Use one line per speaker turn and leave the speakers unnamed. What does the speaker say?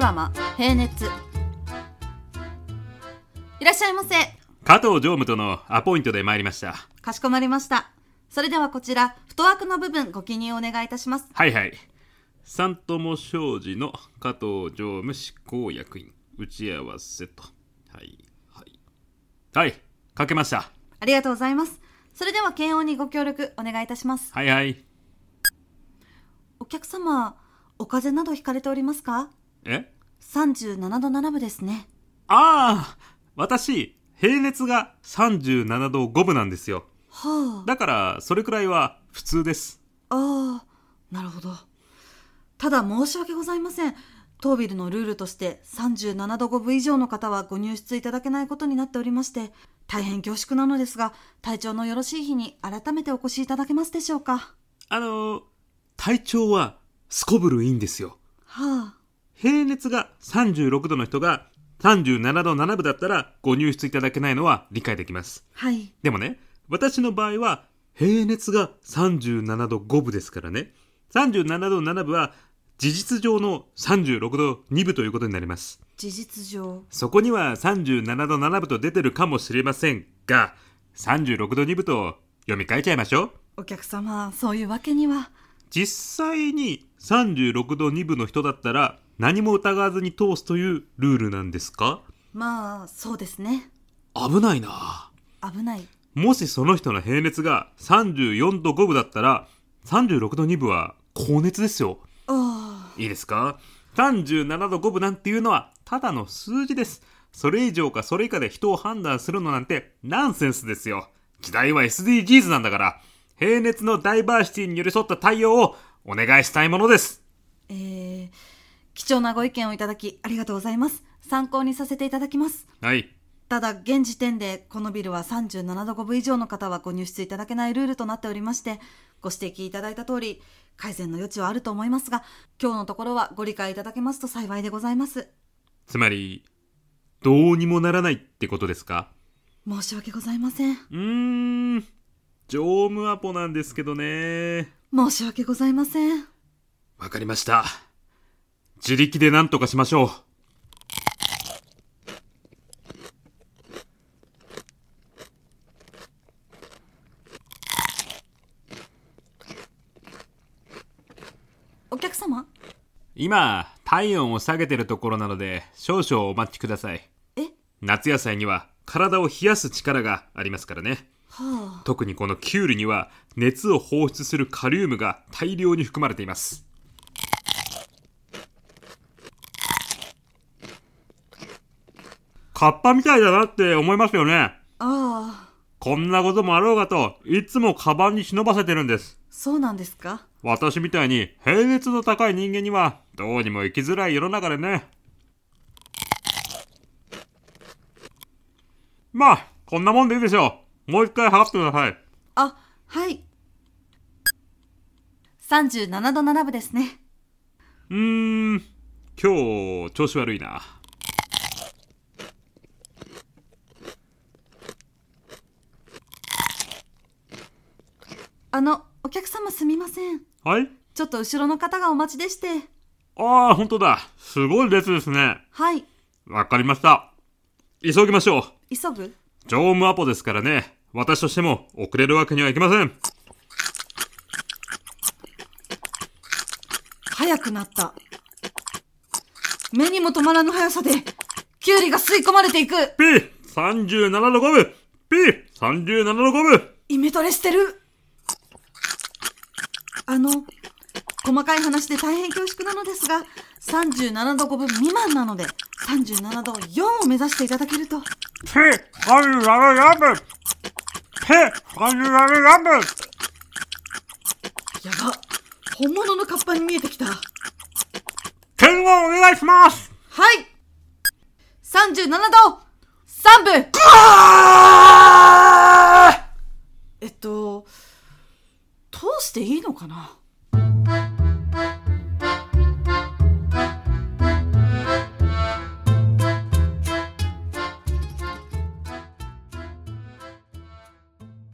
ラマ「平熱」いらっしゃいませ
加藤常務とのアポイントで参りました
かしこまりましたそれではこちら太枠の部分ご記入お願いいたします
はいはい三友商事の加藤常務執行役員打ち合わせとはいはいはいかけました
ありがとうございますそれでは検温にご協力お願いいたします
はいはい
お客様お風邪などひかれておりますか
え
37度7分ですね
ああ私平熱が37度5分なんですよ
はあ
だからそれくらいは普通です
ああなるほどただ申し訳ございません当ビルのルールとして37度5分以上の方はご入室いただけないことになっておりまして大変恐縮なのですが体調のよろしい日に改めてお越しいただけますでしょうか
あのー体調はすこぶるいいんですよ
はあ
平熱が36度の人が37度7分だったらご入室いただけないのは理解できます
はい
でもね私の場合は平熱が37度5分ですからね37度7分は事実上の36度2分ということになります
事実上
そこには37度7分と出てるかもしれませんが36度2分と読み替えちゃいましょう
お客様そういうわけには
実際に36度2分の人だったら何も疑わずに通すというルールなんですか
まあそうですね
危ないな
危ない
もしその人の平熱が34度5分だったら36度2分は高熱ですよ
ああ
いいですか37度5分なんていうのはただの数字ですそれ以上かそれ以下で人を判断するのなんてナンセンスですよ時代は SDGs なんだから平熱のダイバーシティに寄り添った対応をお願いしたいものです
えー、貴重なご意見をいただきありがとうございます参考にさせていただきます
はい
ただ現時点でこのビルは37度5分以上の方はご入室いただけないルールとなっておりましてご指摘いただいた通り改善の余地はあると思いますが今日のところはご理解いただけますと幸いでございます
つまりどうにもならないってことですか
申し訳ございません
うーん常務アポなんですけどね
申し訳ございません
わかりました自力で何とかしましょう
お客様
今体温を下げてるところなので少々お待ちください
え
夏野菜には体を冷やす力がありますからね
はあ
特にこのキュウリには熱を放出するカリウムが大量に含まれていますカッパみたいだなって思いますよね
ああ
こんなこともあろうかといつもカバンに忍ばせてるんです
そうなんですか
私みたいに平熱の高い人間にはどうにも生きづらい世の中でねまあこんなもんでいいでしょうもう一回測ってください
あはい37度7分ですね
うーん今日調子悪いな
あのお客様すみません
はい
ちょっと後ろの方がお待ちでして
ああ本当だすごい列ですね
はい
わかりました急ぎましょう
急ぐ
常務アポですからね私としても遅れるわけにはいきません
早くなった目にも止まらぬ速さでキュウリが吸い込まれていく
P37 の5分 P37 の5分
イメトレしてるあの細かい話で大変恐縮なのですが37度5分未満なので37度4を目指していただけると
ペハルラルラブペハルラルラブ
やば本物のカッパに見えてきたは
剣をお願いします
い37度3分えっと通していいのかな